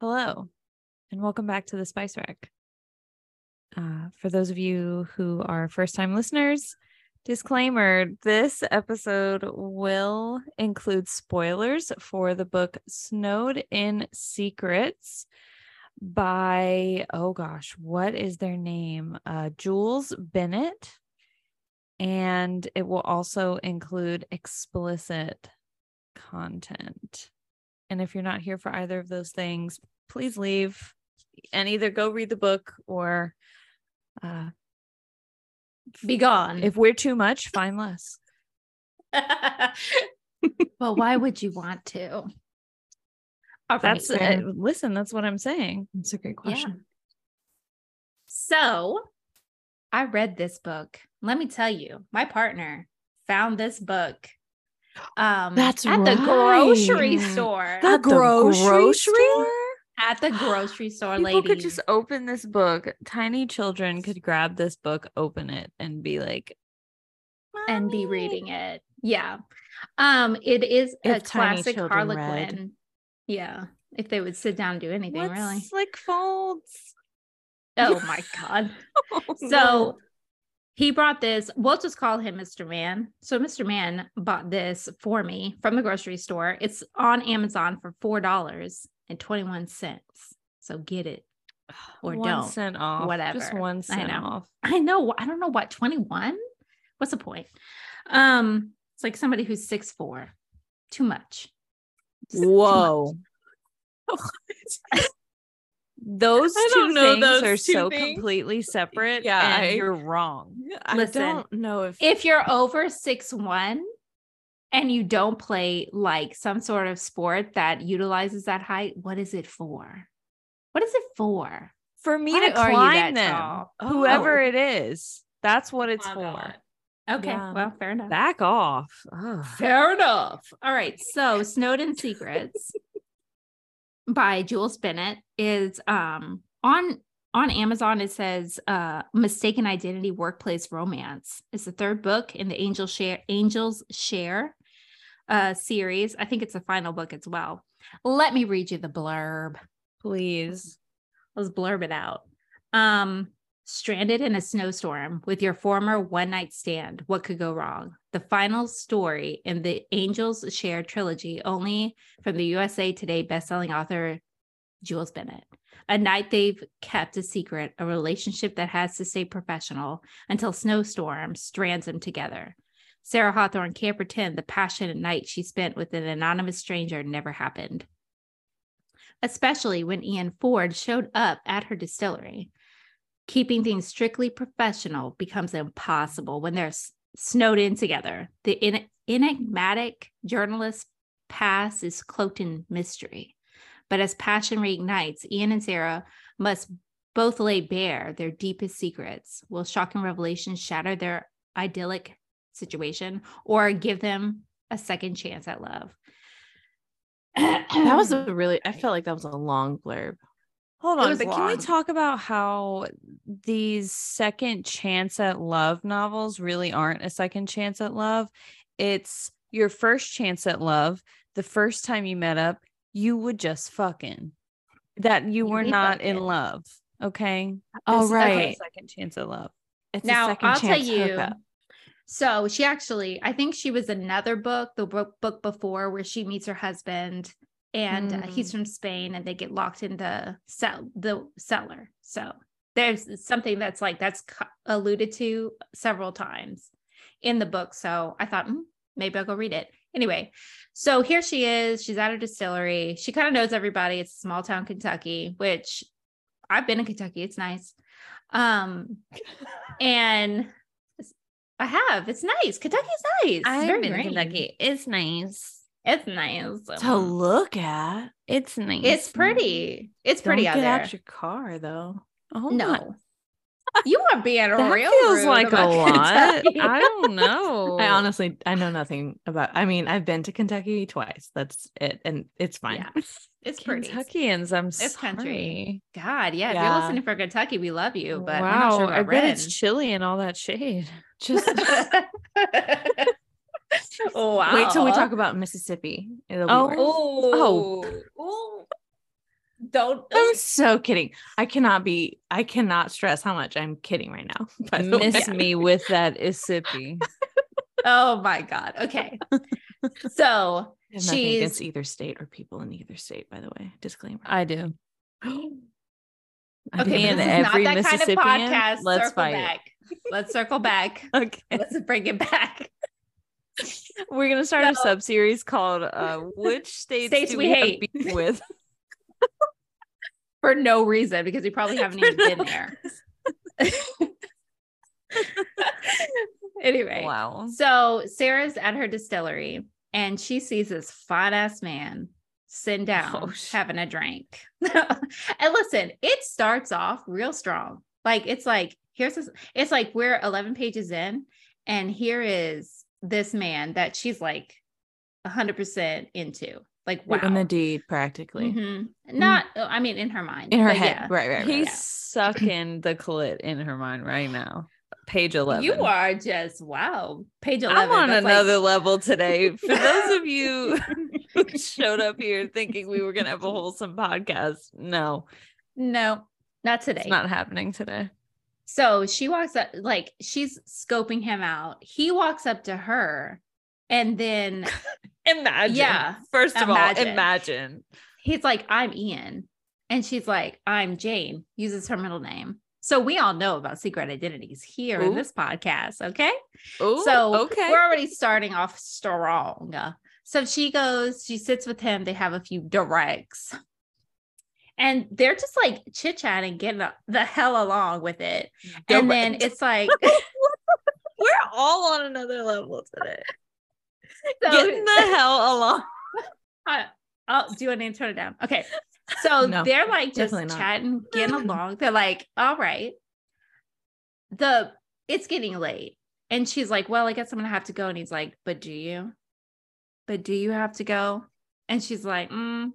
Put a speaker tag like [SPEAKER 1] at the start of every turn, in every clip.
[SPEAKER 1] Hello, and welcome back to the Spice Rack. Uh, for those of you who are first time listeners, disclaimer this episode will include spoilers for the book Snowed in Secrets by, oh gosh, what is their name? Uh, Jules Bennett. And it will also include explicit content. And if you're not here for either of those things, please leave and either go read the book or uh,
[SPEAKER 2] Mm. Be gone.
[SPEAKER 1] if we're too much, find less.
[SPEAKER 2] well, why would you want to?
[SPEAKER 1] That's
[SPEAKER 2] Alright,
[SPEAKER 1] uh,
[SPEAKER 2] then.
[SPEAKER 1] listen. That's what I'm saying.
[SPEAKER 3] That's a great question.
[SPEAKER 2] so. I read this book. Let me tell you, my partner found this book. Um,
[SPEAKER 3] That's
[SPEAKER 2] at the grocery
[SPEAKER 3] right.
[SPEAKER 2] store.
[SPEAKER 1] The
[SPEAKER 3] At the grocery store?
[SPEAKER 2] at the grocery store,
[SPEAKER 1] People
[SPEAKER 2] lady.
[SPEAKER 1] could just open this book. Tiny children could grab this book, open it, and be like,
[SPEAKER 2] and
[SPEAKER 1] "Oh."
[SPEAKER 2] be reading it. Yeah. Um, it is a
[SPEAKER 3] If tiny
[SPEAKER 2] classic
[SPEAKER 3] children read.
[SPEAKER 2] Harlequin. Yeah. If they would sit down and do anything,
[SPEAKER 1] "What's
[SPEAKER 2] really.
[SPEAKER 1] slick folds?"
[SPEAKER 2] Oh my god.
[SPEAKER 1] Oh, no.
[SPEAKER 2] So he brought this. We'll just call him Mr. Man. So Mr. Man bought this for me from the grocery store. It's on Amazon for four dollars and twenty-one cents. So get it. or
[SPEAKER 1] one
[SPEAKER 2] don't,
[SPEAKER 1] cent off, just
[SPEAKER 2] whatever.
[SPEAKER 1] one
[SPEAKER 2] I
[SPEAKER 1] cent
[SPEAKER 2] know.
[SPEAKER 1] off.
[SPEAKER 2] I know. I don't know what twenty-one. What's the point? Um, it's like somebody who's six four. Too much. Just too much.
[SPEAKER 3] Whoa.
[SPEAKER 1] Those
[SPEAKER 3] I
[SPEAKER 1] two
[SPEAKER 3] don't know
[SPEAKER 1] things
[SPEAKER 3] those
[SPEAKER 1] are
[SPEAKER 3] two
[SPEAKER 1] so
[SPEAKER 3] things.
[SPEAKER 1] completely separate.
[SPEAKER 3] Yeah,
[SPEAKER 1] and
[SPEAKER 3] I-
[SPEAKER 1] you're wrong.
[SPEAKER 3] I
[SPEAKER 2] Listen,
[SPEAKER 3] don't know if,
[SPEAKER 2] If you're over six one. And you don't play like some sort of sport that utilizes that height. What is it for? What is it for?
[SPEAKER 1] For me
[SPEAKER 2] Why
[SPEAKER 1] to
[SPEAKER 2] are you
[SPEAKER 1] climb
[SPEAKER 2] that
[SPEAKER 1] them,
[SPEAKER 2] tall?
[SPEAKER 1] whoever
[SPEAKER 2] Oh.
[SPEAKER 1] it is, that's what it's for.
[SPEAKER 2] Okay.
[SPEAKER 1] Yeah.
[SPEAKER 2] Well, fair enough.
[SPEAKER 1] Back off. Ugh.
[SPEAKER 2] fair enough. All right. So, Snowden Secrets by Jules Bennett is um on on Amazon. It says uh Mistaken Identity Workplace Romance. It's the third book in the Angel Share Angels Share uh series. I think it's the final book as well. Let me read you the blurb.
[SPEAKER 1] Please.
[SPEAKER 2] Let's blurb it out. Um, stranded in a snowstorm with your former one night stand, what could go wrong? The final story in the Angels Share trilogy, only from the USA Today bestselling author Jules Bennett. A night they've kept a secret, a relationship that has to stay professional until snowstorm strands them together. Sarah Hawthorne can't pretend the passionate night she spent with an anonymous stranger never happened especially when Ian Ford showed up at her distillery. Keeping things strictly professional becomes impossible when they're s- snowed in together. The en- enigmatic journalist's past is cloaked in mystery. But as passion reignites, Ian and Sarah must both lay bare their deepest secrets. Will shocking revelations shatter their idyllic situation or give them a second chance at love?
[SPEAKER 3] that was a really, I felt like that was a long blurb.
[SPEAKER 1] Hold
[SPEAKER 2] It
[SPEAKER 1] on,
[SPEAKER 2] was
[SPEAKER 1] but can we
[SPEAKER 2] long.
[SPEAKER 1] talk about how these second chance at love novels really aren't a second chance at love? It's your first chance at love. The first time you met up, you would just fucking that you
[SPEAKER 2] You
[SPEAKER 1] were
[SPEAKER 2] be
[SPEAKER 1] not in
[SPEAKER 2] fucking.
[SPEAKER 1] love. Okay.
[SPEAKER 3] Oh,
[SPEAKER 1] This is not a
[SPEAKER 3] right.
[SPEAKER 1] second chance at love.
[SPEAKER 3] It's a
[SPEAKER 2] now
[SPEAKER 3] second
[SPEAKER 2] i'll tell
[SPEAKER 3] chance
[SPEAKER 2] you
[SPEAKER 3] hookup.
[SPEAKER 2] so she actually i think she was another book the book, book before where she meets her husband and uh,
[SPEAKER 1] Hmm.
[SPEAKER 3] Mm.
[SPEAKER 2] he's from spain and they get locked in the cell the cellar so there's something that's like that's co- alluded to several times in the book so i thought "Hmm, maybe i'll go read it anyway so here she is she's at her distillery she kind of knows everybody it's small town kentucky which i've been in kentucky it's nice um and I have. It's nice. Kentucky's nice. It's very green.
[SPEAKER 1] It's nice.
[SPEAKER 2] It's nice.
[SPEAKER 3] to look at.
[SPEAKER 1] It's nice.
[SPEAKER 2] it's pretty. It's pretty
[SPEAKER 3] Don't
[SPEAKER 2] out
[SPEAKER 3] get
[SPEAKER 2] there.
[SPEAKER 3] out your car though.
[SPEAKER 1] oh my
[SPEAKER 2] no, you are being
[SPEAKER 1] That
[SPEAKER 2] real.
[SPEAKER 1] feels
[SPEAKER 2] rude
[SPEAKER 1] like a
[SPEAKER 2] about
[SPEAKER 1] lot.
[SPEAKER 2] Kentucky.
[SPEAKER 1] I don't know.
[SPEAKER 3] I honestly, I know nothing about. I mean, I've been to Kentucky twice. That's it, and it's fine.
[SPEAKER 2] Yeah, it's pretty.
[SPEAKER 1] Kentuckians, I'm
[SPEAKER 2] It's country.
[SPEAKER 1] sorry.
[SPEAKER 2] God, yeah. If
[SPEAKER 3] Yeah.
[SPEAKER 2] you're listening for Kentucky, we love you. But
[SPEAKER 1] wow,
[SPEAKER 2] I'm not sure about
[SPEAKER 1] I bet it's
[SPEAKER 2] Ren.
[SPEAKER 1] chilly in all that shade.
[SPEAKER 3] Just
[SPEAKER 2] wow.
[SPEAKER 3] wait till we talk about Mississippi. It'll be
[SPEAKER 1] Oh,
[SPEAKER 3] worse.
[SPEAKER 2] Oh,
[SPEAKER 1] Oh.
[SPEAKER 2] oh. Don't
[SPEAKER 3] I'm so kidding. I cannot be, I cannot stress how much I'm kidding right now. by the way.
[SPEAKER 1] Miss me with that Isipi.
[SPEAKER 2] Oh my god. Okay. so
[SPEAKER 3] I have nothing
[SPEAKER 2] She's-
[SPEAKER 3] against either state or people in either state, by the way. Disclaimer.
[SPEAKER 1] I do. I
[SPEAKER 2] okay,
[SPEAKER 1] do.
[SPEAKER 2] but
[SPEAKER 3] and
[SPEAKER 2] this is
[SPEAKER 1] every
[SPEAKER 2] not that kind of
[SPEAKER 1] Mississippian,
[SPEAKER 2] podcast.
[SPEAKER 1] let's
[SPEAKER 2] circle
[SPEAKER 1] fight it.
[SPEAKER 2] back. Let's circle back.
[SPEAKER 1] Okay.
[SPEAKER 2] Let's bring it back.
[SPEAKER 1] We're gonna start a
[SPEAKER 2] So-
[SPEAKER 1] sub series called uh which states,
[SPEAKER 2] States
[SPEAKER 1] do
[SPEAKER 2] we
[SPEAKER 1] we, have
[SPEAKER 2] hate.
[SPEAKER 1] beef with.
[SPEAKER 2] for no reason because we probably haven't
[SPEAKER 1] For
[SPEAKER 2] even
[SPEAKER 1] no
[SPEAKER 2] been there. anyway,
[SPEAKER 1] Wow.
[SPEAKER 2] so Sarah's at her distillery and she sees this fine ass man sitting down
[SPEAKER 1] Oh, sh-
[SPEAKER 2] having a drink. and listen, it starts off real strong. Like it's like here's this, it's like we're 11 pages in and here is this man that she's like 100% into. Like wow.
[SPEAKER 3] In the deed, practically.
[SPEAKER 2] Mhm. Not, oh, I mean, in her mind.
[SPEAKER 3] In her
[SPEAKER 2] but
[SPEAKER 3] head.
[SPEAKER 2] yeah.
[SPEAKER 3] Right, right, right.
[SPEAKER 1] He's
[SPEAKER 2] Yeah.
[SPEAKER 1] sucking the clit in her mind right now. Page 11.
[SPEAKER 2] You are just wow. Page eleven.
[SPEAKER 1] I'm on
[SPEAKER 2] that's like-
[SPEAKER 1] another level today. For those of you who showed up here thinking we were going to have a wholesome podcast, no,
[SPEAKER 2] no, not today.
[SPEAKER 1] it's not happening today.
[SPEAKER 2] so she walks up, like she's scoping him out. He walks up to her, and then
[SPEAKER 1] Imagine.
[SPEAKER 2] Yeah,
[SPEAKER 1] First of
[SPEAKER 2] imagine.
[SPEAKER 1] all, imagine.
[SPEAKER 2] he's like, "I'm Ian," and she's like, "I'm Jane." Uses her middle name. So we all know about secret identities here in
[SPEAKER 1] Ooh.
[SPEAKER 2] this podcast. Okay.
[SPEAKER 1] Oh,
[SPEAKER 2] so
[SPEAKER 1] okay.
[SPEAKER 2] we're already starting off strong. So she goes, she sits with him. They have a few directs. And they're just like chit chatting, getting the- the hell along with it. And then
[SPEAKER 1] Direct.
[SPEAKER 2] it's like,
[SPEAKER 1] we're all on another level today.
[SPEAKER 2] so, Oh,
[SPEAKER 1] Getting the hell along.
[SPEAKER 2] uh, oh, do you want to turn it down? Okay. So
[SPEAKER 3] No,
[SPEAKER 2] they're like just
[SPEAKER 3] definitely not.
[SPEAKER 2] chatting, getting along. They're like, all right, the it's getting late. And she's like, well, I guess I'm gonna have to go. And he's like, but do you? But do you have to go? And she's like, mm,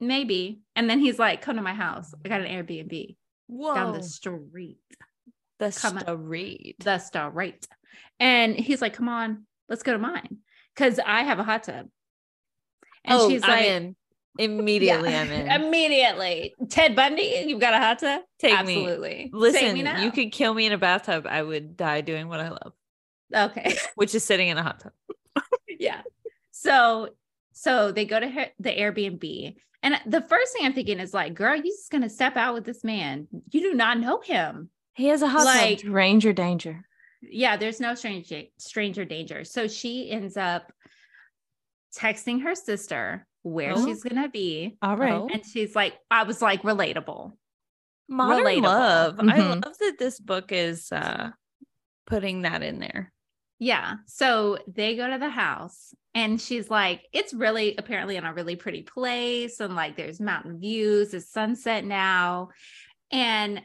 [SPEAKER 2] maybe. And then he's like, come to my house. I got an Airbnb
[SPEAKER 1] Whoa.
[SPEAKER 2] down the street.
[SPEAKER 1] the
[SPEAKER 2] come-
[SPEAKER 1] street.
[SPEAKER 2] The star right. And he's like, come on, let's go to mine. Cause I have a hot tub. And
[SPEAKER 1] oh,
[SPEAKER 2] she's
[SPEAKER 1] I'm
[SPEAKER 2] like,
[SPEAKER 1] in. Immediately, I'm in.
[SPEAKER 2] Immediately. Ted Bundy, you've got a hot tub?
[SPEAKER 1] Take me.
[SPEAKER 2] Absolutely. Take
[SPEAKER 1] Listen,
[SPEAKER 2] me now.
[SPEAKER 1] you could kill me in a bathtub. I would die doing what I love,
[SPEAKER 2] Okay.
[SPEAKER 1] which is sitting in a hot tub.
[SPEAKER 2] yeah. So so they go to her, the Airbnb. And the first thing I'm thinking is like, girl, you just gonna step out with this man. You do not know him.
[SPEAKER 3] He has a hot
[SPEAKER 2] Like-
[SPEAKER 3] tub. Ranger danger.
[SPEAKER 2] Yeah, there's no stranger stranger danger. So she ends up texting her sister where
[SPEAKER 1] Oh.
[SPEAKER 2] she's gonna be.
[SPEAKER 3] All right.
[SPEAKER 1] Oh.
[SPEAKER 2] And she's like, I was like relatable.
[SPEAKER 1] Modern
[SPEAKER 2] Relatable.
[SPEAKER 1] love. I
[SPEAKER 3] Mhm.
[SPEAKER 1] love that this book is uh, putting that in there.
[SPEAKER 2] Yeah. So they go to the house and she's like, it's really apparently in a really pretty place. And like there's mountain views, it's sunset now. And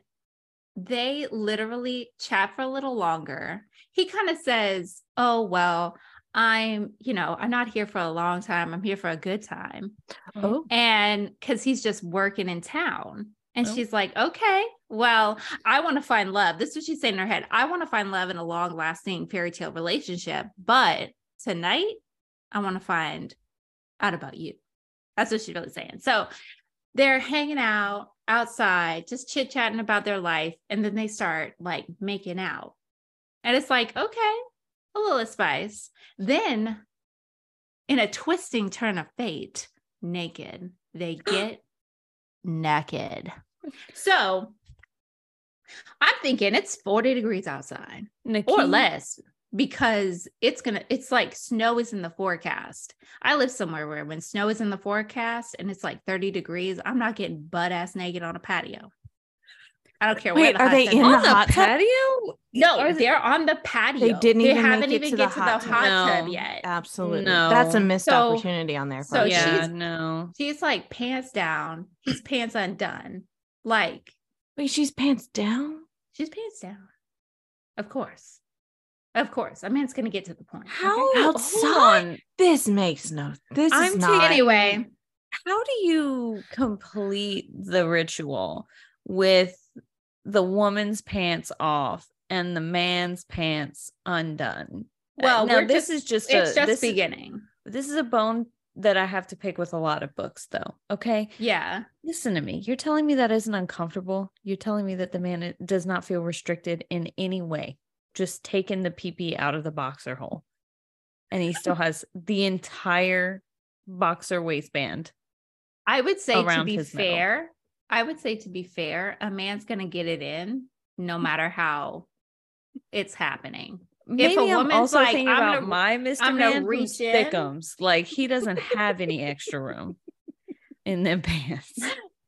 [SPEAKER 2] they literally chat for a little longer. He kind of says, Oh, well, I'm, you know, I'm not here for a long time. I'm here for a good time.
[SPEAKER 1] Oh.
[SPEAKER 2] And because he's just working in town. And
[SPEAKER 1] Oh.
[SPEAKER 2] she's like, okay, well, I want to find love. This is what she's saying in her head. I want to find love in a long lasting fairy tale relationship. But tonight, I want to find out about you. That's what she's really saying. So they're hanging out outside, just chit chatting about their life. And then they start like making out. And it's like, okay, a little spice. Then, in a twisting turn of fate, naked. They get naked. So I'm thinking it's 40 degrees outside or less because it's gonna it's like snow is in the forecast i live somewhere where when snow is in the forecast and it's like 30 degrees i'm not getting butt ass naked on a patio i don't care where
[SPEAKER 3] Wait,
[SPEAKER 2] the
[SPEAKER 3] are
[SPEAKER 2] hot
[SPEAKER 3] they
[SPEAKER 2] tub
[SPEAKER 3] in
[SPEAKER 2] is.
[SPEAKER 1] On
[SPEAKER 3] the
[SPEAKER 1] the,
[SPEAKER 3] hot tub?
[SPEAKER 1] patio?
[SPEAKER 2] no
[SPEAKER 1] Are they-
[SPEAKER 2] they're on the patio
[SPEAKER 3] didn't
[SPEAKER 2] they
[SPEAKER 3] even make
[SPEAKER 2] haven't
[SPEAKER 3] it
[SPEAKER 2] even
[SPEAKER 3] to the
[SPEAKER 2] get to the
[SPEAKER 3] hot tub.
[SPEAKER 2] hot tub
[SPEAKER 1] No.
[SPEAKER 2] yet
[SPEAKER 3] Absolutely. That's a
[SPEAKER 1] No.
[SPEAKER 3] missed
[SPEAKER 2] So-
[SPEAKER 3] opportunity on their
[SPEAKER 2] so
[SPEAKER 3] part.
[SPEAKER 1] yeah,
[SPEAKER 2] she's-
[SPEAKER 1] no.
[SPEAKER 2] she's like pants down his pants undone like
[SPEAKER 3] Wait, she's pants down?
[SPEAKER 2] She's pants down. Of course. Of course. I mean, it's going to get to the point.
[SPEAKER 1] How
[SPEAKER 2] okay?
[SPEAKER 1] hold
[SPEAKER 3] Outside?
[SPEAKER 1] on.
[SPEAKER 3] This makes no. This
[SPEAKER 1] I'm
[SPEAKER 3] is not.
[SPEAKER 1] taking-
[SPEAKER 2] Anyway,
[SPEAKER 1] How do you complete the ritual with the woman's pants off and the man's pants undone? Uh,
[SPEAKER 2] well,
[SPEAKER 1] now
[SPEAKER 2] we're
[SPEAKER 1] this
[SPEAKER 2] just-
[SPEAKER 1] is just a
[SPEAKER 2] it's just
[SPEAKER 1] this is-
[SPEAKER 2] beginning.
[SPEAKER 1] this is a bone that I have to pick with a lot of books, though. Okay.
[SPEAKER 2] Yeah.
[SPEAKER 1] Listen to me. You're telling me that isn't uncomfortable. You're telling me that the man i- does not feel restricted in any way, just taking the PP out of the boxer hole. And he still has the entire boxer waistband.
[SPEAKER 2] I would say to
[SPEAKER 1] Around
[SPEAKER 2] be
[SPEAKER 1] his middle.
[SPEAKER 2] fair, I would say to be fair, a man's going to get it in no
[SPEAKER 1] Mm.
[SPEAKER 2] matter how it's happening.
[SPEAKER 1] Maybe I'm
[SPEAKER 2] woman's
[SPEAKER 1] also
[SPEAKER 2] like,
[SPEAKER 1] thinking
[SPEAKER 2] "I'm
[SPEAKER 1] about
[SPEAKER 2] gonna-
[SPEAKER 1] my mister
[SPEAKER 2] I'm gonna
[SPEAKER 1] man reach
[SPEAKER 2] reach in."
[SPEAKER 1] thickums. Like he doesn't have any extra room in them pants.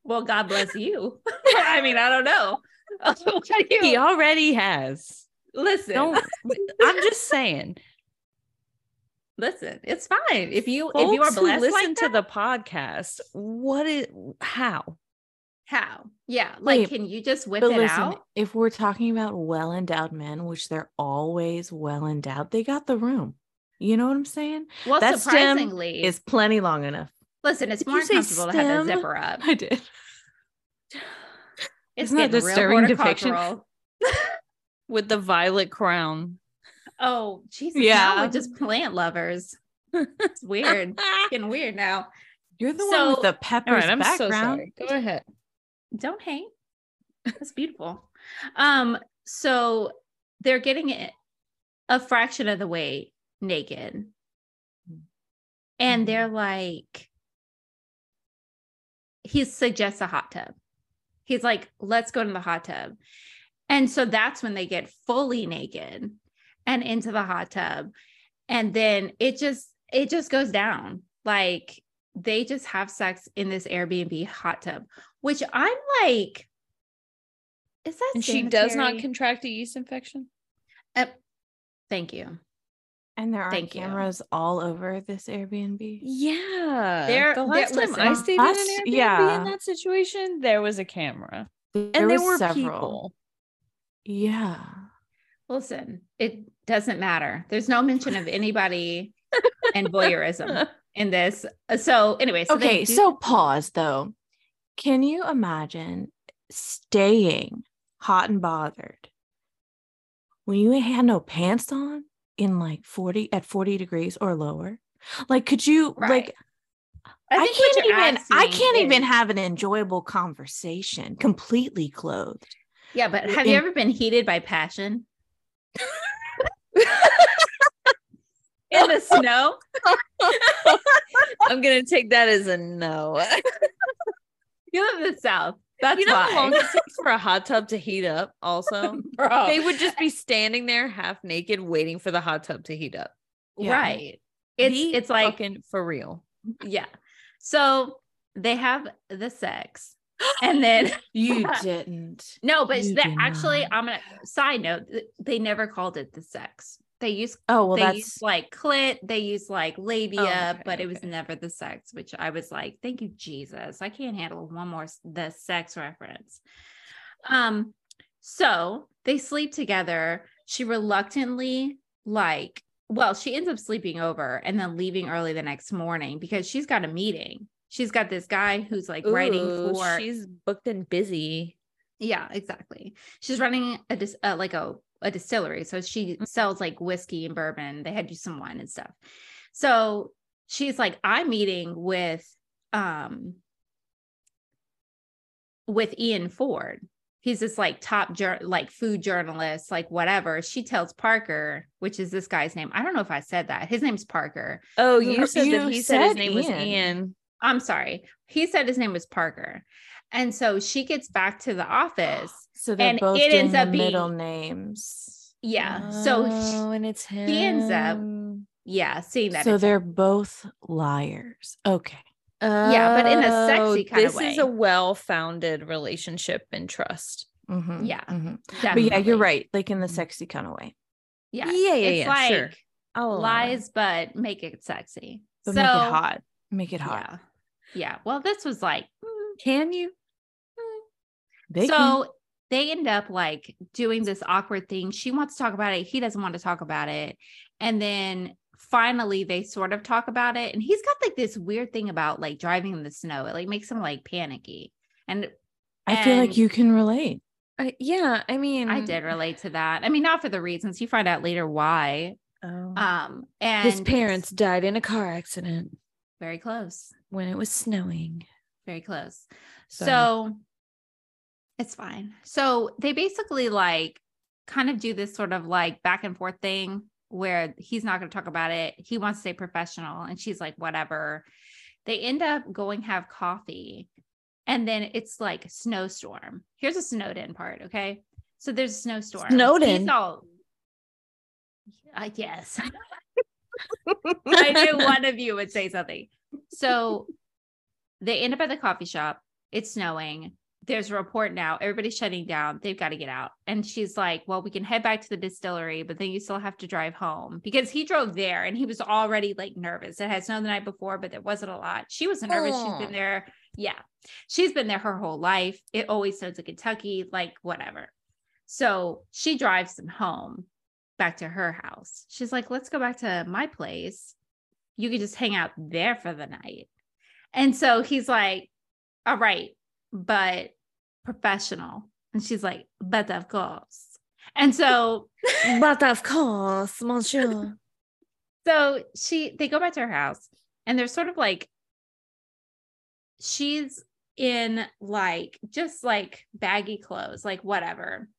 [SPEAKER 2] Well, God bless you. I mean, I don't know. What do you-
[SPEAKER 1] He already has.
[SPEAKER 2] listen,
[SPEAKER 1] Don't. I'm just saying.
[SPEAKER 2] listen. It's fine if you if you
[SPEAKER 1] folks
[SPEAKER 2] are
[SPEAKER 1] who
[SPEAKER 2] blessed.
[SPEAKER 1] listen
[SPEAKER 2] like
[SPEAKER 1] to
[SPEAKER 2] that,
[SPEAKER 1] the podcast. What is how?
[SPEAKER 2] how? Yeah, like
[SPEAKER 3] Wait,
[SPEAKER 2] can you just whip
[SPEAKER 3] But
[SPEAKER 2] it
[SPEAKER 3] listen,
[SPEAKER 2] out?
[SPEAKER 3] if we're talking about well endowed men, which they're always well endowed, they got the room. You know what I'm saying?
[SPEAKER 2] Well,
[SPEAKER 3] that stem
[SPEAKER 2] surprisingly,
[SPEAKER 3] It's plenty long enough.
[SPEAKER 2] listen, it's
[SPEAKER 1] Did
[SPEAKER 2] more
[SPEAKER 1] you say
[SPEAKER 2] uncomfortable to have
[SPEAKER 1] stem?
[SPEAKER 2] the zipper up.
[SPEAKER 3] I did.
[SPEAKER 2] It's
[SPEAKER 3] Isn't that
[SPEAKER 2] getting real
[SPEAKER 3] disturbing depiction?
[SPEAKER 2] horticultural.
[SPEAKER 1] With the violet crown.
[SPEAKER 2] Oh, Jesus! Yeah,
[SPEAKER 3] Yeah.
[SPEAKER 2] we're just plant lovers. It's weird. It's getting weird now.
[SPEAKER 3] You're the one
[SPEAKER 2] So-
[SPEAKER 3] with the peppers
[SPEAKER 1] All right, Ah, I'm so
[SPEAKER 3] background.
[SPEAKER 1] sorry. Go ahead.
[SPEAKER 2] don't hate that's beautiful um so they're getting it a fraction of the way naked and they're like he suggests a hot tub he's like let's go to the hot tub and so that's when they get fully naked and into the hot tub and then it just it just goes down like they just have sex in this airbnb hot tub which i'm like is that
[SPEAKER 1] And she does not
[SPEAKER 2] sanitary?
[SPEAKER 1] contract a yeast infection.
[SPEAKER 2] Uh, thank you
[SPEAKER 3] And there are
[SPEAKER 2] Thank you.
[SPEAKER 3] cameras all over this Airbnb.
[SPEAKER 1] Yeah.
[SPEAKER 2] There-
[SPEAKER 1] the
[SPEAKER 2] there-
[SPEAKER 1] last time
[SPEAKER 2] listen,
[SPEAKER 1] I stayed
[SPEAKER 3] us-
[SPEAKER 1] in an Airbnb
[SPEAKER 3] yeah.
[SPEAKER 1] in that situation, there was a camera.
[SPEAKER 3] There
[SPEAKER 1] And there
[SPEAKER 3] was
[SPEAKER 1] were people.
[SPEAKER 3] Yeah.
[SPEAKER 2] listen it doesn't matter there's no mention of anybody and voyeurism in this Uh, so anyway so they
[SPEAKER 3] okay,
[SPEAKER 2] do-
[SPEAKER 3] so pause though. Can you imagine staying hot and bothered when you ain't had no pants on in like 40 at 40 degrees or lower? Like, could you
[SPEAKER 2] Right.
[SPEAKER 3] like I,
[SPEAKER 2] think what
[SPEAKER 3] can't
[SPEAKER 2] you're
[SPEAKER 3] even I
[SPEAKER 2] asking
[SPEAKER 3] can't even
[SPEAKER 2] is-
[SPEAKER 3] have an enjoyable conversation completely clothed.
[SPEAKER 2] yeah but have you
[SPEAKER 3] in-
[SPEAKER 2] ever been heated by passion in the snow
[SPEAKER 1] I'm gonna take that as a no.
[SPEAKER 2] you live in the south that's
[SPEAKER 1] you know how long
[SPEAKER 2] why
[SPEAKER 1] it takes for a hot tub to heat up, also?
[SPEAKER 2] Bro.
[SPEAKER 1] They would just be standing there half naked waiting for the hot tub to heat up.
[SPEAKER 3] Yeah.
[SPEAKER 2] right it's
[SPEAKER 1] Be
[SPEAKER 2] it's like
[SPEAKER 1] fucking for real.
[SPEAKER 2] yeah so they have the sex and then
[SPEAKER 3] You didn't.
[SPEAKER 2] No, but
[SPEAKER 3] You
[SPEAKER 2] they
[SPEAKER 3] do
[SPEAKER 2] actually,
[SPEAKER 3] not.
[SPEAKER 2] I'm gonna side note. th- They never called it the sex. They use
[SPEAKER 3] Oh well,
[SPEAKER 2] they
[SPEAKER 3] that's
[SPEAKER 2] use like clit. They use like labia,
[SPEAKER 1] okay,
[SPEAKER 2] but it was
[SPEAKER 1] okay.
[SPEAKER 2] never the sex. Which I was like, thank you Jesus. I can't handle one more s- the sex reference. Um, so they sleep together. She reluctantly like. Well, she ends up sleeping over and then leaving early the next morning because she's got a meeting. She's got this guy who's like writing
[SPEAKER 1] Ooh,
[SPEAKER 2] for
[SPEAKER 1] she's booked and busy.
[SPEAKER 2] yeah, exactly. She's running a dis- uh, like a a distillery, so she
[SPEAKER 1] Mhm.
[SPEAKER 2] sells like whiskey and bourbon. They had you some wine and stuff. So she's like, I'm meeting with um with Ian Ford. He's this like top jour- like food journalist, like whatever. She tells Parker, which is this guy's name. I don't know if I said that. His name's Parker.
[SPEAKER 1] Oh,
[SPEAKER 3] You
[SPEAKER 1] you said that he said, his
[SPEAKER 3] said
[SPEAKER 1] name was
[SPEAKER 3] Ian.
[SPEAKER 1] Ian.
[SPEAKER 2] I'm sorry. He said his name was Parker. And so she gets back to the office.
[SPEAKER 3] so they're
[SPEAKER 2] and
[SPEAKER 3] both
[SPEAKER 2] it
[SPEAKER 3] doing
[SPEAKER 2] ends
[SPEAKER 3] the
[SPEAKER 2] up
[SPEAKER 3] middle
[SPEAKER 2] being-
[SPEAKER 3] names.
[SPEAKER 2] Yeah. So he-
[SPEAKER 1] Oh, and it's him.
[SPEAKER 2] he ends up- yeah, seeing that.
[SPEAKER 3] So
[SPEAKER 2] it's-
[SPEAKER 3] they're both liars. Okay.
[SPEAKER 2] Yeah, but in a
[SPEAKER 1] Oh,
[SPEAKER 2] sexy kinda
[SPEAKER 1] This is a
[SPEAKER 2] way.
[SPEAKER 1] well-founded relationship and trust.
[SPEAKER 3] Mhm,
[SPEAKER 2] Yeah,
[SPEAKER 3] mhm. But yeah,
[SPEAKER 2] definitely.
[SPEAKER 3] you're right. Like in the
[SPEAKER 1] Mhm.
[SPEAKER 2] Mm-hmm.
[SPEAKER 3] sexy kind of way.
[SPEAKER 2] Yeah,
[SPEAKER 1] yeah,
[SPEAKER 2] it's like
[SPEAKER 1] sure. I'll allow it.
[SPEAKER 2] lies, but make it sexy.
[SPEAKER 3] But
[SPEAKER 2] so
[SPEAKER 3] make it hot. Make it hot.
[SPEAKER 2] Yeah, yeah. Well, this was like
[SPEAKER 1] Can you?
[SPEAKER 3] They
[SPEAKER 2] so
[SPEAKER 3] can-
[SPEAKER 2] they end up like doing this awkward thing. She wants to talk about it. He doesn't want to talk about it. And then finally they sort of talk about it. And he's got like this weird thing about like driving in the snow. It like makes him like panicky. And
[SPEAKER 3] I feel
[SPEAKER 2] and-
[SPEAKER 3] like you can relate.
[SPEAKER 1] I, yeah, I mean,
[SPEAKER 3] Mm-hmm.
[SPEAKER 2] I did relate to that. I mean, not for the reasons you find out later why.
[SPEAKER 1] Oh.
[SPEAKER 3] Mm-hmm.
[SPEAKER 2] Um, and
[SPEAKER 1] His parents died in a car accident.
[SPEAKER 2] Very close.
[SPEAKER 1] when it was snowing.
[SPEAKER 2] Very close.
[SPEAKER 1] So-
[SPEAKER 2] so it's fine. So they basically like kind of do this sort of like back and forth thing where he's not going to talk about it. He wants to stay professional and she's like, whatever. They end up going have coffee and then it's like snowstorm. Here's a Snowden part. Okay. So there's a snowstorm.
[SPEAKER 1] Snowden?
[SPEAKER 2] He's all, I guess. I knew one of you would say something. So they end up at the coffee shop. It's snowing. There's a report now. Everybody's shutting down. They've got to get out. And she's like, Well, we can head back to the distillery, but then you still have to drive home because he drove there and he was already like nervous. It had snowed the night before, but there wasn't a lot. She was nervous. She's
[SPEAKER 1] Aw.
[SPEAKER 2] been there. Yeah. She's been there her whole life. It always snows in Kentucky, like whatever. So she drives them home back to her house. She's like, Let's go back to my place you could just hang out there for the night. And so he's like, all right, but professional. And she's like, but of course. And so,
[SPEAKER 1] but of course, monsieur.
[SPEAKER 2] so she, they go back to her house and they're sort of like, she's in like, just like baggy clothes, like whatever.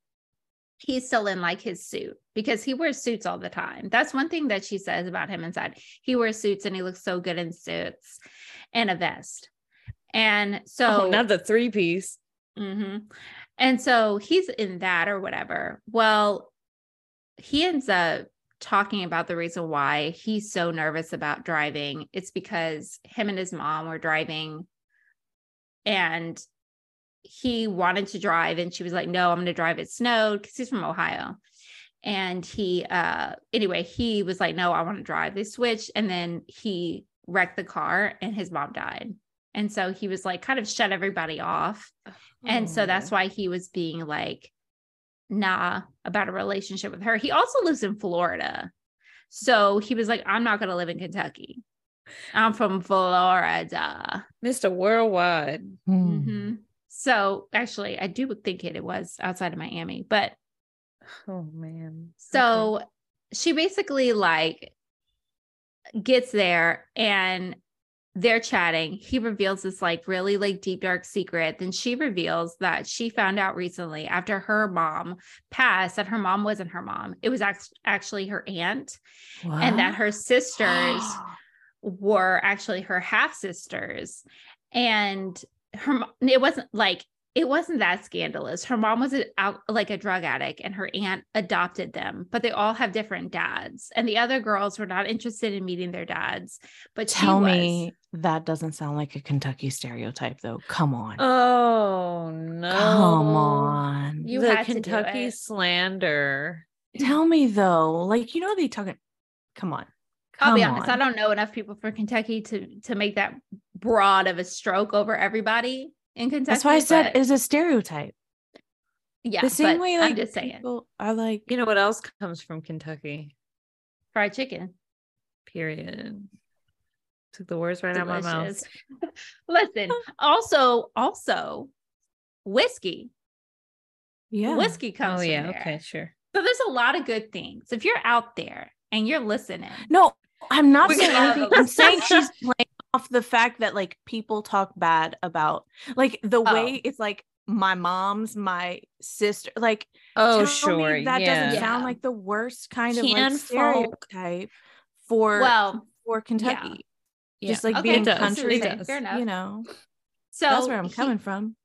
[SPEAKER 2] He's still in like his suit because he wears suits all the time. That's one thing that she says about him inside. He wears suits and he looks so good in suits and a vest. And so
[SPEAKER 1] oh, not the three piece.
[SPEAKER 2] hmm And so he's in that or whatever. Well, he ends up talking about the reason why he's so nervous about driving. It's because him and his mom were driving and he wanted to drive and she was like no i'm going to drive it snowed because he's from ohio and he uh anyway he was like no i want to drive they switched and then he wrecked the car and his mom died and so he was like kind of shut everybody off and so that's why he was being like, nah, about a relationship with her. He also lives in Florida. So he was like, I'm not going to live in Kentucky. I'm from Florida.
[SPEAKER 1] Mr. Worldwide.
[SPEAKER 2] hmm So actually, I do think it, it was outside of Miami, but
[SPEAKER 1] Oh man.
[SPEAKER 2] so she basically like gets there and they're chatting. He reveals this like really like deep dark secret. Then she reveals that she found out recently after her mom passed that her mom wasn't her mom. It was act- actually her aunt and that her sisters were actually her half sisters and her mo- it wasn't like it wasn't that scandalous her mom was a, out, like a drug addict and her aunt adopted them but they all have different dads and the other girls were not interested in meeting their dads but she
[SPEAKER 3] Tell
[SPEAKER 2] was.
[SPEAKER 3] me that doesn't sound like a Kentucky stereotype, though. Come on.
[SPEAKER 1] Oh no.
[SPEAKER 3] Come on.
[SPEAKER 2] You
[SPEAKER 1] the
[SPEAKER 2] had to do
[SPEAKER 1] Kentucky
[SPEAKER 2] it.
[SPEAKER 1] slander.
[SPEAKER 3] Tell me, though. Like, you know, they talking. Come on. Come
[SPEAKER 2] I'll be honest. I
[SPEAKER 3] on.
[SPEAKER 2] don't know enough people from Kentucky to to make that broad of a stroke over everybody in Kentucky.
[SPEAKER 3] That's why I said
[SPEAKER 2] but
[SPEAKER 3] it's a stereotype.
[SPEAKER 2] yeah.
[SPEAKER 3] the same
[SPEAKER 2] but
[SPEAKER 3] way, like,
[SPEAKER 2] I'm just saying,
[SPEAKER 3] people are like,
[SPEAKER 1] You know what else comes from Kentucky?
[SPEAKER 2] fried chicken.
[SPEAKER 1] Period. Took the words right out of my mouth.
[SPEAKER 2] Delicious. Listen, also, also whiskey.
[SPEAKER 3] yeah.
[SPEAKER 2] Whiskey comes.
[SPEAKER 1] Oh
[SPEAKER 2] from
[SPEAKER 1] yeah,
[SPEAKER 2] there.
[SPEAKER 1] okay, sure.
[SPEAKER 2] So there's a lot of good things. If you're out there and you're listening,
[SPEAKER 3] No, I'm not
[SPEAKER 2] We
[SPEAKER 3] saying
[SPEAKER 2] can have
[SPEAKER 3] anything.
[SPEAKER 2] a
[SPEAKER 3] I'm saying
[SPEAKER 2] list.
[SPEAKER 3] she's playing off the fact that like people talk bad about like the
[SPEAKER 2] Oh.
[SPEAKER 3] way it's like my mom's my sister. Like
[SPEAKER 1] Oh
[SPEAKER 3] tell me
[SPEAKER 1] sure,
[SPEAKER 3] that
[SPEAKER 1] yeah.
[SPEAKER 3] doesn't sound
[SPEAKER 2] Yeah.
[SPEAKER 3] like the worst kind of
[SPEAKER 1] Can
[SPEAKER 3] like
[SPEAKER 1] folk-
[SPEAKER 3] stereotype for
[SPEAKER 2] well,
[SPEAKER 3] for Kentucky.
[SPEAKER 1] Yeah.
[SPEAKER 3] Just like
[SPEAKER 2] Okay,
[SPEAKER 3] being
[SPEAKER 1] it does,
[SPEAKER 3] country,
[SPEAKER 1] it does.
[SPEAKER 2] Fair enough.
[SPEAKER 3] you know.
[SPEAKER 2] so
[SPEAKER 3] that's where I'm
[SPEAKER 2] he-
[SPEAKER 3] coming from.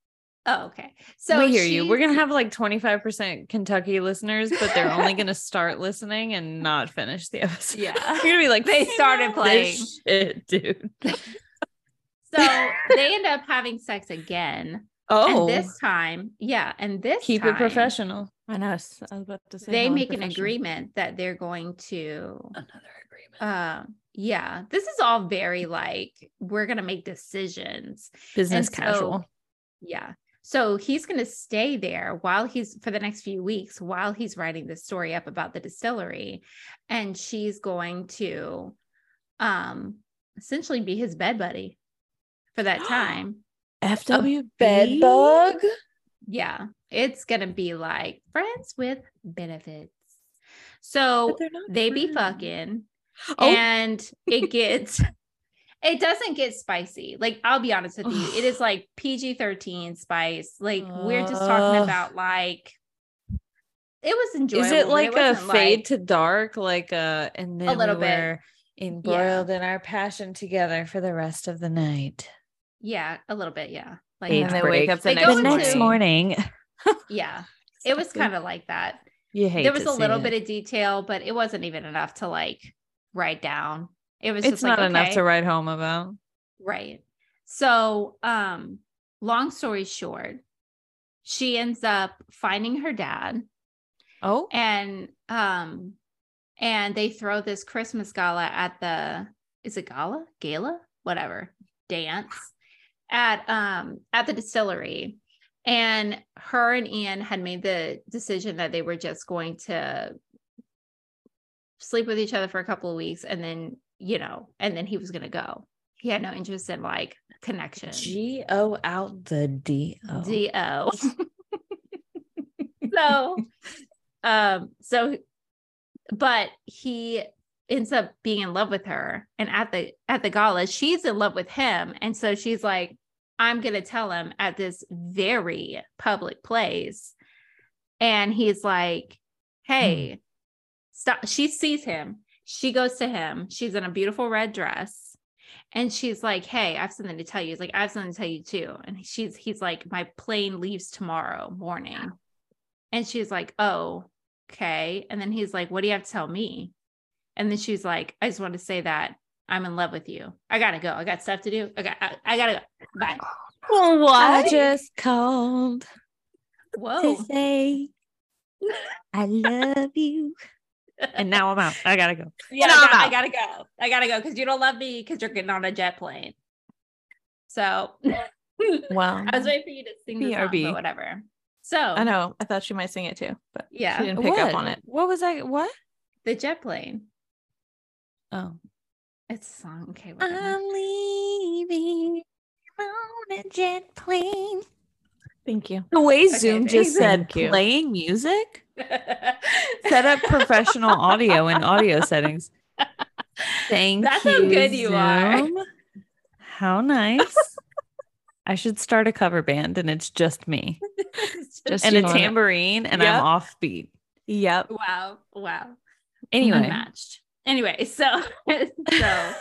[SPEAKER 2] Oh, okay. So
[SPEAKER 1] we hear you. We're
[SPEAKER 2] she's-
[SPEAKER 1] gonna have like 25% Kentucky listeners, but they're only gonna start listening and not finish the episode.
[SPEAKER 2] Yeah.
[SPEAKER 1] You're gonna be like,
[SPEAKER 2] They
[SPEAKER 1] "Man,
[SPEAKER 2] started
[SPEAKER 1] this shit, dude.
[SPEAKER 2] So they end up having sex again.
[SPEAKER 1] Oh,
[SPEAKER 2] And this time, yeah. And this
[SPEAKER 1] keep
[SPEAKER 2] time,
[SPEAKER 1] it professional.
[SPEAKER 3] I know. s- I was about to say
[SPEAKER 2] They
[SPEAKER 3] how
[SPEAKER 2] make an
[SPEAKER 3] unprofessional.
[SPEAKER 2] agreement that they're going to
[SPEAKER 1] Another agreement.
[SPEAKER 2] um yeah this is all very like we're gonna make decisions
[SPEAKER 1] Business
[SPEAKER 2] so-
[SPEAKER 1] casual.
[SPEAKER 2] yeah so he's gonna stay there while he's for the next few weeks while he's writing this story up about the distillery and she's going to um essentially be his bed buddy for that time
[SPEAKER 3] FW
[SPEAKER 2] yeah it's gonna be like friends with benefits so
[SPEAKER 1] But they're not
[SPEAKER 2] they be
[SPEAKER 1] friends.
[SPEAKER 2] fucking
[SPEAKER 1] Oh.
[SPEAKER 2] and it gets It doesn't get spicy. Like I'll be honest with you, it is like PG thirteen spice. Like we're just talking
[SPEAKER 1] Ugh.
[SPEAKER 2] about like it was enjoyable.
[SPEAKER 1] Is it
[SPEAKER 2] but
[SPEAKER 1] like a
[SPEAKER 2] wasn't,
[SPEAKER 1] fade
[SPEAKER 2] like-
[SPEAKER 1] to dark, like uh and then
[SPEAKER 2] little
[SPEAKER 1] we
[SPEAKER 2] bit.
[SPEAKER 1] were embroiled in our passion together for the rest of the night?
[SPEAKER 2] yeah, a little bit. Yeah, like
[SPEAKER 3] And
[SPEAKER 1] Age
[SPEAKER 3] then they
[SPEAKER 2] that.
[SPEAKER 1] break.
[SPEAKER 3] wake up the
[SPEAKER 2] They
[SPEAKER 3] next,
[SPEAKER 2] go
[SPEAKER 1] the
[SPEAKER 2] into-
[SPEAKER 1] next morning,
[SPEAKER 2] yeah, it was
[SPEAKER 1] Exactly.
[SPEAKER 2] kind of like that.
[SPEAKER 1] you hate.
[SPEAKER 2] there was
[SPEAKER 1] to
[SPEAKER 2] a
[SPEAKER 1] see
[SPEAKER 2] little
[SPEAKER 1] it.
[SPEAKER 2] bit of detail, but it wasn't even enough to like write down. It was
[SPEAKER 1] It's,
[SPEAKER 2] just
[SPEAKER 1] not
[SPEAKER 2] like,
[SPEAKER 1] enough
[SPEAKER 2] okay.
[SPEAKER 1] to write home about.
[SPEAKER 2] Right. So, um, long story short, she ends up finding her dad
[SPEAKER 1] Oh,
[SPEAKER 2] and um and they throw this Christmas gala at the is it gala? Gala? Whatever. Dance at um at the distillery. And her and Ian had made the decision that they were just going to sleep with each other for a couple of weeks and then, you know, and then he was gonna go. He had no interest in like connection.
[SPEAKER 1] G O out the D O.
[SPEAKER 2] D-O. so, um, so, but he ends up being in love with her, and at the at the gala, she's in love with him, and so she's like, "I'm gonna tell him at this very public place," and he's like, "Hey, stop!" She sees him. She goes to him. She's in a beautiful red dress. And she's like, "Hey, I have something to tell you." He's like, "I have something to tell you too." And she's he's like, "My plane leaves tomorrow morning," and she's like, "Oh, okay." And then he's like, "What do you have to tell me?" And then she's like, "I just want to say that I'm in love with you. I gotta go. I got stuff to do. I got I, I gotta go. Bye."
[SPEAKER 1] I
[SPEAKER 2] What?
[SPEAKER 1] just called
[SPEAKER 2] Whoa.
[SPEAKER 1] to say I love you, and now I'm out. I gotta go.
[SPEAKER 2] yeah,
[SPEAKER 3] And I'm
[SPEAKER 2] I,
[SPEAKER 3] out.
[SPEAKER 2] gotta, I gotta go. I gotta go because you don't love me because you're getting on a jet plane. So
[SPEAKER 3] Well,
[SPEAKER 2] I was waiting for you to sing the song,
[SPEAKER 3] BRB.
[SPEAKER 2] but whatever. So
[SPEAKER 3] I know. I thought she might sing it too, but she
[SPEAKER 2] yeah,
[SPEAKER 3] didn't pick
[SPEAKER 1] what?
[SPEAKER 3] up on it.
[SPEAKER 1] What was I? What?
[SPEAKER 2] the jet plane.
[SPEAKER 1] Oh,
[SPEAKER 2] It's a song. Okay, whatever.
[SPEAKER 1] I'm leaving on a jet plane.
[SPEAKER 3] Thank you.
[SPEAKER 1] The way
[SPEAKER 2] Okay,
[SPEAKER 1] Zoom
[SPEAKER 2] thank
[SPEAKER 1] just
[SPEAKER 3] you.
[SPEAKER 1] said
[SPEAKER 3] Thank you.
[SPEAKER 1] playing music, set up professional audio and audio settings. Thank
[SPEAKER 2] That's
[SPEAKER 1] you.
[SPEAKER 2] how good you are.
[SPEAKER 1] Zoom. How nice. I should start a cover band and it's just me
[SPEAKER 2] It's
[SPEAKER 3] Just
[SPEAKER 1] and
[SPEAKER 3] you
[SPEAKER 1] a
[SPEAKER 3] on it.
[SPEAKER 1] tambourine and
[SPEAKER 3] Yep.
[SPEAKER 1] I'm offbeat.
[SPEAKER 3] Yep.
[SPEAKER 2] wow, wow.
[SPEAKER 1] Anyway,
[SPEAKER 2] unmatched. Anyway, so so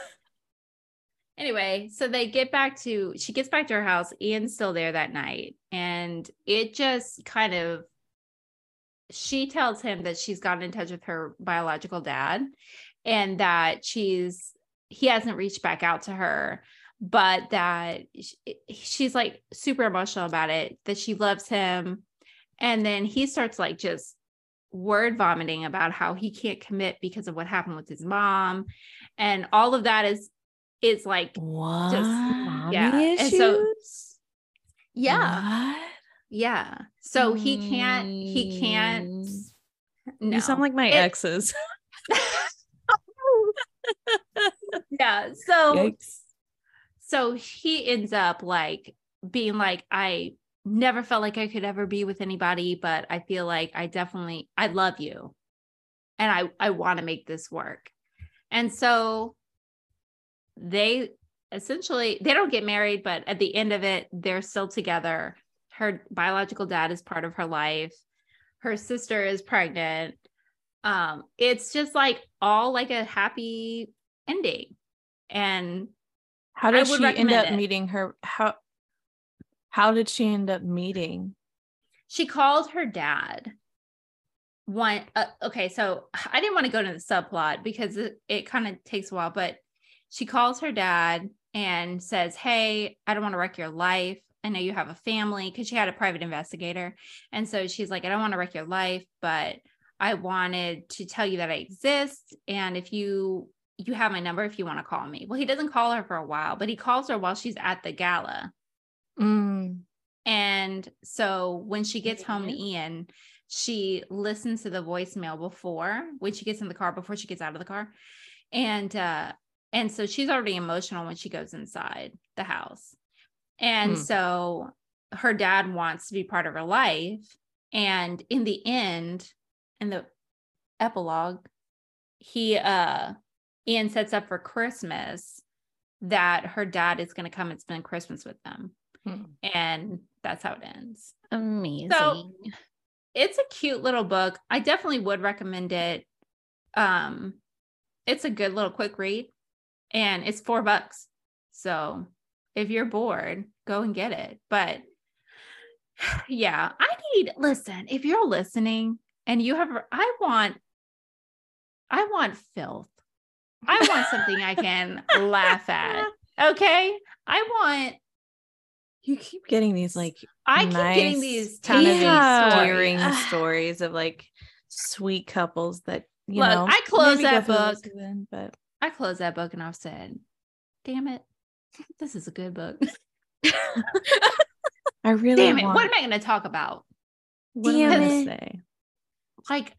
[SPEAKER 2] anyway, so they get back to she gets back to her house. Ian's still there that night, and it just kind of she tells him that she's gotten in touch with her biological dad and that she's he hasn't reached back out to her but that sh- she's like super emotional about it that she loves him and then he starts like just word vomiting about how he can't commit because of what happened with his mom and all of that is is like
[SPEAKER 3] What?
[SPEAKER 2] just
[SPEAKER 1] mommy
[SPEAKER 2] yeah and so
[SPEAKER 1] issues?
[SPEAKER 2] yeah
[SPEAKER 3] What?
[SPEAKER 2] yeah so he can't he can't
[SPEAKER 1] Mm.
[SPEAKER 2] no.
[SPEAKER 1] You sound like my
[SPEAKER 2] It-
[SPEAKER 1] exes.
[SPEAKER 2] yeah so
[SPEAKER 1] Yikes.
[SPEAKER 2] so he ends up like being like i never felt like i could ever be with anybody but i feel like i definitely i love you and i i want to make this work and so they essentially they don't get married but at the end of it they're still together her biological dad is part of her life her sister is pregnant um it's just like all like a happy ending and
[SPEAKER 3] How did
[SPEAKER 2] would
[SPEAKER 3] she end
[SPEAKER 2] recommend
[SPEAKER 3] up
[SPEAKER 2] it.
[SPEAKER 3] meeting her? How how did she end up meeting?
[SPEAKER 2] she called her dad one uh, okay so i didn't want to go into the subplot because it, it kind of takes a while but she calls her dad and says hey i don't want to wreck your life i know you have a family because she had a private investigator and so she's like i don't want to wreck your life but i wanted to tell you that i exist and if you you have my number if you want to call me well he doesn't call her for a while but he calls her while she's at the gala
[SPEAKER 3] Mm.
[SPEAKER 2] and so when she gets home to Ian, she listens to the voicemail before when she gets in the car, before she gets out of the car. And uh and so she's already emotional when she goes inside the house. And
[SPEAKER 3] Hmm.
[SPEAKER 2] so her dad wants to be part of her life. And in the end, in the epilogue, he uh Ian sets up for Christmas that her dad is going to come and spend Christmas with them.
[SPEAKER 3] Hmm.
[SPEAKER 2] And that's how it ends.
[SPEAKER 1] Amazing.
[SPEAKER 2] It's a cute little book. I definitely would recommend it. Um, it's a good little quick read and it's four bucks. So if you're bored, go and get it. But yeah, I need listen, if you're listening and you have I want I want filth. I want something I can laugh at. Okay. I want
[SPEAKER 3] You keep getting these like
[SPEAKER 2] I keep
[SPEAKER 3] nice
[SPEAKER 2] getting these
[SPEAKER 3] kind of
[SPEAKER 1] Yeah.
[SPEAKER 2] stories.
[SPEAKER 3] inspiring stories of like sweet couples that you
[SPEAKER 2] Look,
[SPEAKER 3] know.
[SPEAKER 2] I closed
[SPEAKER 3] maybe go
[SPEAKER 2] that
[SPEAKER 3] through the
[SPEAKER 2] book.
[SPEAKER 3] season, but
[SPEAKER 2] I closed that book and I've said, damn it, this is a good book.
[SPEAKER 3] I really
[SPEAKER 2] damn it,
[SPEAKER 3] want.
[SPEAKER 2] what am I gonna talk about?
[SPEAKER 3] what am I
[SPEAKER 1] Damn
[SPEAKER 3] gonna
[SPEAKER 1] it.
[SPEAKER 3] say?
[SPEAKER 2] Like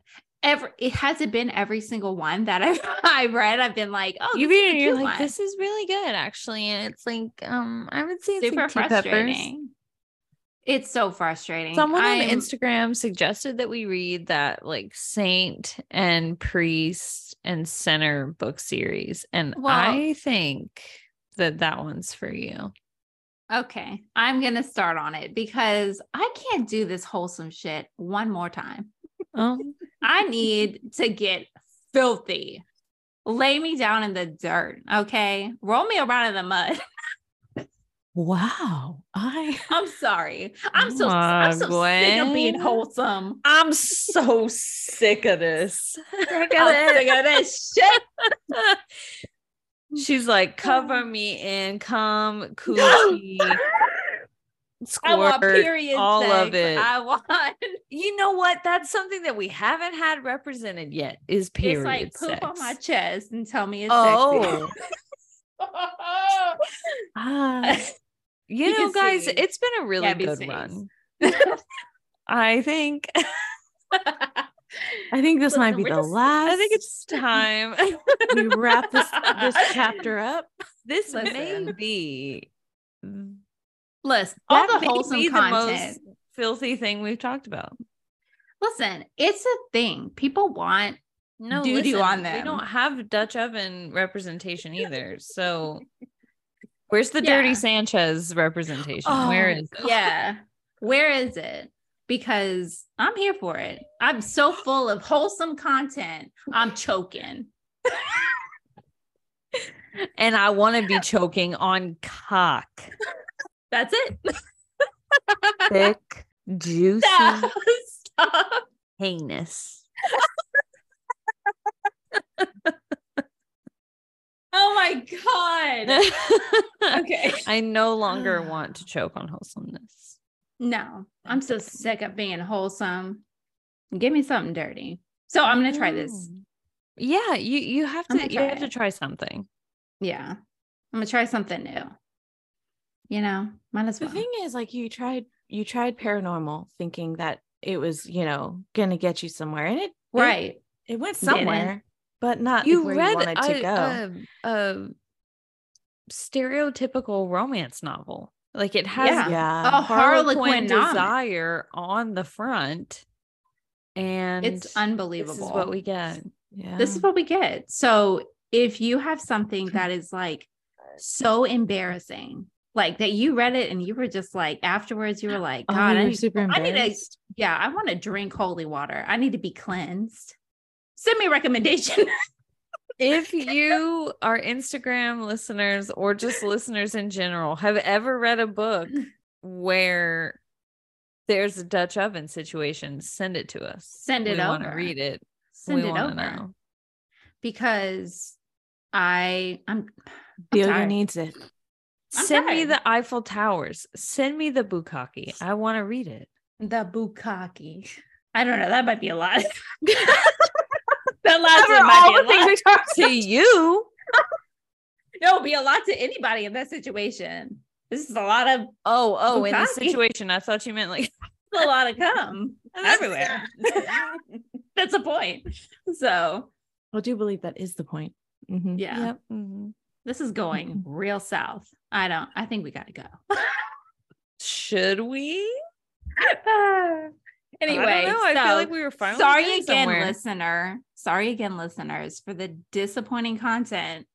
[SPEAKER 2] every it hasn't been every single one that I've I read. I've been like, oh,
[SPEAKER 1] you
[SPEAKER 2] this is
[SPEAKER 1] read it
[SPEAKER 2] a
[SPEAKER 1] and you're
[SPEAKER 2] cute
[SPEAKER 1] like,
[SPEAKER 2] one.
[SPEAKER 1] this is really good, actually. And it's like, um, I would say it's
[SPEAKER 2] super
[SPEAKER 1] like two peppers.
[SPEAKER 2] frustrating. It's so frustrating.
[SPEAKER 1] Someone
[SPEAKER 2] I'm-
[SPEAKER 1] on Instagram suggested that we read that like saint and priest and center book series, and
[SPEAKER 2] Well-
[SPEAKER 1] I think that that one's for you.
[SPEAKER 2] Okay, I'm gonna start on it because I can't do this wholesome shit one more time.
[SPEAKER 1] Oh,
[SPEAKER 2] I need to get filthy. Lay me down in the dirt, okay? Roll me around in the mud.
[SPEAKER 3] Wow, I
[SPEAKER 2] I'm sorry. I'm so
[SPEAKER 1] Aw,
[SPEAKER 2] I'm so sick of being
[SPEAKER 1] Gwen.
[SPEAKER 2] wholesome.
[SPEAKER 1] I'm so sick of this. Sick
[SPEAKER 2] I'm sick of this shit.
[SPEAKER 1] She's like, cover me in, Oh. come, coochie,
[SPEAKER 2] I want
[SPEAKER 1] squirt.
[SPEAKER 2] period
[SPEAKER 1] all of
[SPEAKER 2] sex.
[SPEAKER 1] it.
[SPEAKER 2] I want
[SPEAKER 1] You know what? That's something that we haven't had represented yet. Is period
[SPEAKER 2] it's like
[SPEAKER 1] sex.
[SPEAKER 2] poop on my chest and tell me it's
[SPEAKER 1] oh,
[SPEAKER 2] sexy.
[SPEAKER 3] ah,
[SPEAKER 1] you
[SPEAKER 2] You
[SPEAKER 1] know,
[SPEAKER 2] can
[SPEAKER 1] guys,
[SPEAKER 2] see
[SPEAKER 1] it's been a really
[SPEAKER 2] Gabby's
[SPEAKER 1] good
[SPEAKER 2] face.
[SPEAKER 1] run. I think.
[SPEAKER 3] I think this
[SPEAKER 2] Listen,
[SPEAKER 3] might be
[SPEAKER 2] we're
[SPEAKER 3] the
[SPEAKER 2] just- I
[SPEAKER 3] last.
[SPEAKER 1] I think it's time.
[SPEAKER 3] we wrap this this chapter up.
[SPEAKER 1] this may
[SPEAKER 2] Listen.
[SPEAKER 1] be that
[SPEAKER 2] Listen, all the
[SPEAKER 1] may
[SPEAKER 2] wholesome
[SPEAKER 1] be the
[SPEAKER 2] content.
[SPEAKER 1] most filthy thing we've talked about.
[SPEAKER 2] Listen, it's a thing. People want
[SPEAKER 1] No,
[SPEAKER 2] Doo-doo
[SPEAKER 1] listen,
[SPEAKER 2] on
[SPEAKER 1] We
[SPEAKER 2] them.
[SPEAKER 1] don't have Dutch oven representation either. So where's the
[SPEAKER 2] Yeah.
[SPEAKER 1] Dirty Sanchez representation? Where
[SPEAKER 3] Oh,
[SPEAKER 1] is it?
[SPEAKER 2] yeah. Where is it? Because I'm here for it. I'm so full of wholesome content. I'm choking.
[SPEAKER 1] And I want to be choking on cock,
[SPEAKER 2] That's it.
[SPEAKER 1] thick, juicy,
[SPEAKER 2] Stop. Stop.
[SPEAKER 1] heinous.
[SPEAKER 2] Oh my god. Okay.
[SPEAKER 1] I no longer want to choke on wholesomeness.
[SPEAKER 2] No, I'm so sick of being wholesome. Give me something dirty. So I'm gonna try this.
[SPEAKER 1] Mm. Yeah, you you have
[SPEAKER 2] I'm gonna
[SPEAKER 1] to you
[SPEAKER 2] try
[SPEAKER 1] have to
[SPEAKER 2] it.
[SPEAKER 1] try something.
[SPEAKER 2] Yeah. I'm gonna try something new. You know, might as
[SPEAKER 3] The
[SPEAKER 2] well.
[SPEAKER 3] thing is, like you tried you tried paranormal, thinking that it was you know gonna get you somewhere, and it it-
[SPEAKER 2] right.
[SPEAKER 3] it, went
[SPEAKER 2] Didn't.
[SPEAKER 3] somewhere, but not
[SPEAKER 1] you
[SPEAKER 3] where
[SPEAKER 1] read
[SPEAKER 3] you wanted to
[SPEAKER 1] a,
[SPEAKER 3] go.
[SPEAKER 1] A, a stereotypical romance novel. Like it has
[SPEAKER 2] Yeah.
[SPEAKER 3] yeah,
[SPEAKER 2] a
[SPEAKER 1] Harlequin,
[SPEAKER 2] Harlequin novel.
[SPEAKER 1] desire on the front, and
[SPEAKER 2] It's unbelievable.
[SPEAKER 1] This is what we get.
[SPEAKER 3] yeah.
[SPEAKER 2] Oh, this
[SPEAKER 1] Um,
[SPEAKER 2] is what we get. So if you have something that is like so embarrassing, like that you read it and you were just like afterwards, you were like,
[SPEAKER 3] Oh,
[SPEAKER 2] God,
[SPEAKER 3] you
[SPEAKER 2] I
[SPEAKER 3] were
[SPEAKER 2] need,
[SPEAKER 3] super
[SPEAKER 2] I need to,
[SPEAKER 3] embarrassed?
[SPEAKER 2] yeah, I want to drink holy water. I need to be cleansed. Send me a recommendation.
[SPEAKER 1] If you are Instagram listeners or just listeners in general have ever read a book where there's a Dutch oven situation, send it to us.
[SPEAKER 2] Send it
[SPEAKER 1] we want to
[SPEAKER 2] over.
[SPEAKER 1] read it.
[SPEAKER 2] Send
[SPEAKER 1] we
[SPEAKER 2] it
[SPEAKER 1] wanna
[SPEAKER 2] over
[SPEAKER 1] know.
[SPEAKER 2] because I, I'm, I'm
[SPEAKER 3] Delia
[SPEAKER 2] tired.
[SPEAKER 3] needs it.
[SPEAKER 2] I'm
[SPEAKER 1] Send me
[SPEAKER 2] tired.
[SPEAKER 1] the Eiffel Towers. Send me the Bukaki. I want to read it.
[SPEAKER 2] the bukkake. I don't know. That might be a lot. that last
[SPEAKER 3] Cover
[SPEAKER 2] one might
[SPEAKER 3] all
[SPEAKER 2] be a
[SPEAKER 3] the things
[SPEAKER 2] lot.
[SPEAKER 3] we talked
[SPEAKER 1] to you.
[SPEAKER 2] That would be a lot to anybody in that situation. This is a lot of
[SPEAKER 1] Oh, oh, in this
[SPEAKER 2] Bukkake.
[SPEAKER 1] situation, I thought you meant like
[SPEAKER 2] a lot of cum everywhere. That's a point. So
[SPEAKER 3] I do believe that is the point. Mhm.
[SPEAKER 2] yeah,
[SPEAKER 1] Yep. mhm.
[SPEAKER 2] this is going real south. I don't. I think we gotta go.
[SPEAKER 1] Should we?
[SPEAKER 2] anyway,
[SPEAKER 1] I don't know. I feel
[SPEAKER 2] so-
[SPEAKER 1] like we were finally
[SPEAKER 2] sorry
[SPEAKER 1] getting
[SPEAKER 2] again,
[SPEAKER 1] somewhere.
[SPEAKER 2] listener. Sorry again, listeners, for the disappointing content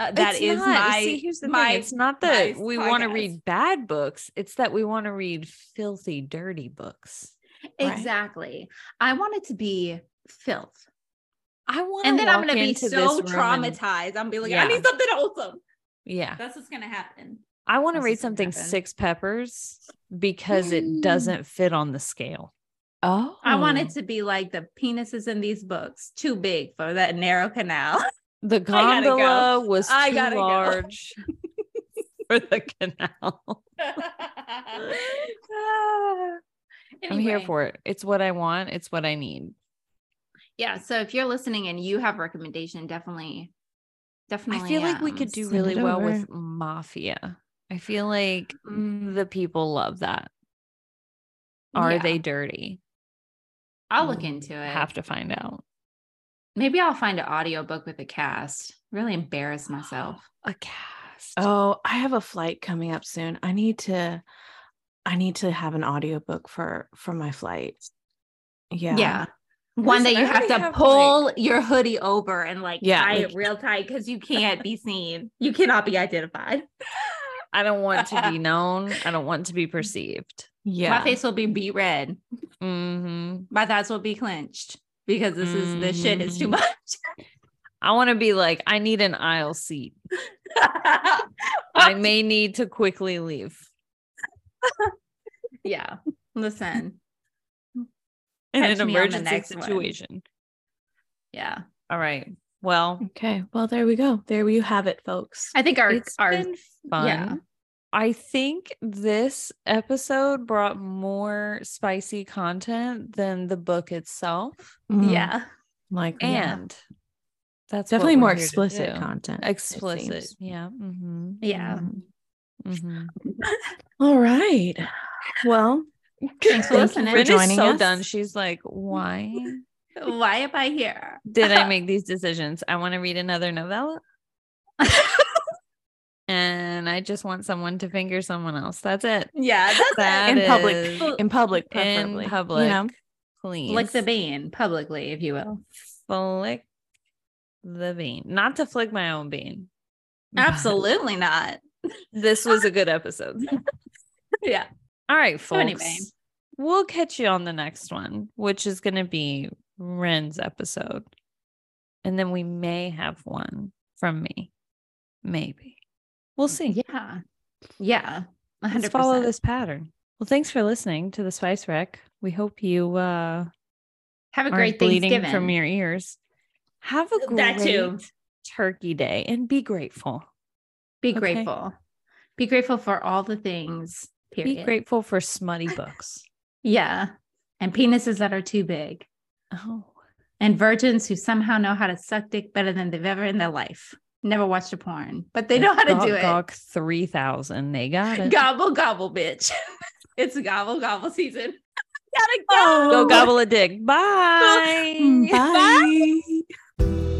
[SPEAKER 2] Uh, that
[SPEAKER 1] It's
[SPEAKER 2] is
[SPEAKER 1] not-
[SPEAKER 2] my
[SPEAKER 1] see, here's the
[SPEAKER 2] my
[SPEAKER 1] thing. It's not that
[SPEAKER 2] my
[SPEAKER 1] we want to
[SPEAKER 2] podcast.
[SPEAKER 1] read bad books. It's that we want to read filthy, dirty books.
[SPEAKER 3] Right.
[SPEAKER 2] exactly. I want it to be filth,
[SPEAKER 1] I want,
[SPEAKER 2] and then I'm going to be so traumatized. I'm gonna be like,
[SPEAKER 1] Yeah.
[SPEAKER 2] I need something wholesome.
[SPEAKER 1] yeah,
[SPEAKER 2] That's what's going to happen.
[SPEAKER 1] I want to
[SPEAKER 2] This
[SPEAKER 1] read
[SPEAKER 2] is gonna
[SPEAKER 1] something
[SPEAKER 2] happen.
[SPEAKER 1] six peppers because
[SPEAKER 2] Mm.
[SPEAKER 1] it doesn't fit on the scale.
[SPEAKER 3] Oh,
[SPEAKER 2] I want it to be like the penises in these books too big for that narrow canal.
[SPEAKER 1] The
[SPEAKER 2] gotta go.
[SPEAKER 1] gondola was
[SPEAKER 2] I
[SPEAKER 1] too
[SPEAKER 2] gotta go.
[SPEAKER 1] large for the canal. I'm here
[SPEAKER 2] Anyway.
[SPEAKER 1] for it. It's what I want. It's what I need.
[SPEAKER 2] Yeah. So if you're listening and you have recommendation, definitely, definitely.
[SPEAKER 1] I feel like we could
[SPEAKER 2] um,
[SPEAKER 1] do
[SPEAKER 3] send
[SPEAKER 1] really
[SPEAKER 3] it
[SPEAKER 1] well with mafia. I feel like
[SPEAKER 2] Mm.
[SPEAKER 1] the people love that. Are
[SPEAKER 2] yeah.
[SPEAKER 1] they dirty?
[SPEAKER 2] I'll look
[SPEAKER 1] Mm,
[SPEAKER 2] into it.
[SPEAKER 1] Have to find out.
[SPEAKER 2] Maybe I'll find an audiobook with a cast. Really embarrass myself.
[SPEAKER 1] A cast.
[SPEAKER 3] Oh, I have a flight coming up soon. I need to I need to have an audiobook for for my flight. Yeah.
[SPEAKER 2] Yeah.
[SPEAKER 1] Listen,
[SPEAKER 2] One that you
[SPEAKER 1] I
[SPEAKER 2] have
[SPEAKER 1] already
[SPEAKER 2] to
[SPEAKER 1] have,
[SPEAKER 2] pull your hoodie over and like
[SPEAKER 3] Yeah,
[SPEAKER 2] tie
[SPEAKER 3] like-
[SPEAKER 2] it real tight because you can't be seen. You cannot be identified.
[SPEAKER 1] I don't want to be known. I don't want to be perceived.
[SPEAKER 3] Yeah.
[SPEAKER 2] My face will be beat red.
[SPEAKER 1] hmm
[SPEAKER 2] My thighs will be clenched because this is this shit is
[SPEAKER 3] Mm.
[SPEAKER 2] too much.
[SPEAKER 1] I want to be like, I need an aisle seat. I may need to quickly leave.
[SPEAKER 2] yeah. Listen.
[SPEAKER 1] in
[SPEAKER 2] Catch
[SPEAKER 1] an
[SPEAKER 2] me on the
[SPEAKER 1] emergency
[SPEAKER 2] next one.
[SPEAKER 1] situation.
[SPEAKER 2] Yeah.
[SPEAKER 1] All right. Well,
[SPEAKER 3] Okay. Well, there we go. There you have it, folks.
[SPEAKER 2] I think our
[SPEAKER 1] it's
[SPEAKER 2] our
[SPEAKER 1] been fun.
[SPEAKER 2] yeah.
[SPEAKER 1] I think this episode brought more spicy content than the book itself,
[SPEAKER 3] Mm,
[SPEAKER 2] yeah.
[SPEAKER 3] Like yeah.
[SPEAKER 1] and that's what
[SPEAKER 3] definitely
[SPEAKER 1] we're
[SPEAKER 3] more
[SPEAKER 1] here to
[SPEAKER 3] explicit
[SPEAKER 1] do.
[SPEAKER 3] content. it
[SPEAKER 1] Explicit.
[SPEAKER 3] seems.
[SPEAKER 1] Yeah. Mm-hmm.
[SPEAKER 2] Yeah.
[SPEAKER 1] Mm-hmm.
[SPEAKER 3] All right. Well,
[SPEAKER 2] Thanks for
[SPEAKER 3] Thank you
[SPEAKER 2] listening.
[SPEAKER 3] for joining
[SPEAKER 1] so
[SPEAKER 3] us.
[SPEAKER 1] done. She's like, why
[SPEAKER 2] Why am I here?
[SPEAKER 1] did I make these decisions? I want to read another novella. and I just want someone to finger someone else. That's it.
[SPEAKER 2] yeah, that's
[SPEAKER 1] That
[SPEAKER 3] In public.
[SPEAKER 1] is-
[SPEAKER 3] in public,
[SPEAKER 1] in
[SPEAKER 3] preferably,
[SPEAKER 1] public,
[SPEAKER 3] You know?
[SPEAKER 1] please.
[SPEAKER 2] like the bean publicly, if you will.
[SPEAKER 1] Flick the bean. Not to flick my own bean.
[SPEAKER 2] Absolutely not.
[SPEAKER 1] This was a good episode.
[SPEAKER 2] Yeah.
[SPEAKER 1] All right,
[SPEAKER 2] So
[SPEAKER 1] folks.
[SPEAKER 2] anyway.
[SPEAKER 1] We'll catch you on the next one, which is going to be Ren's episode. And then we may have one from me. Maybe. We'll see.
[SPEAKER 2] Yeah. Yeah. 100%.
[SPEAKER 1] Let's follow this pattern. Well, thanks for listening to the Spice Wreck. We hope you uh,
[SPEAKER 2] Have a
[SPEAKER 1] aren't
[SPEAKER 2] great
[SPEAKER 1] bleeding
[SPEAKER 2] Thanksgiving.
[SPEAKER 1] from your ears. Have a great
[SPEAKER 2] That too.
[SPEAKER 1] turkey day and be grateful.
[SPEAKER 2] Be
[SPEAKER 1] Okay.
[SPEAKER 2] grateful. Be grateful for all the things. Period.
[SPEAKER 1] Be grateful for smutty books.
[SPEAKER 2] Yeah. And penises that are too big.
[SPEAKER 1] oh,
[SPEAKER 2] And virgins who somehow know how to suck dick better than they've ever in their life. Never watched a porn, but they know how to
[SPEAKER 1] Gawk
[SPEAKER 2] do it.
[SPEAKER 1] Gawk 3000. They got it.
[SPEAKER 2] Gobble gobble, bitch. it's gobble gobble season. Gotta go.
[SPEAKER 1] Go gobble a dick. Bye.
[SPEAKER 3] Bye.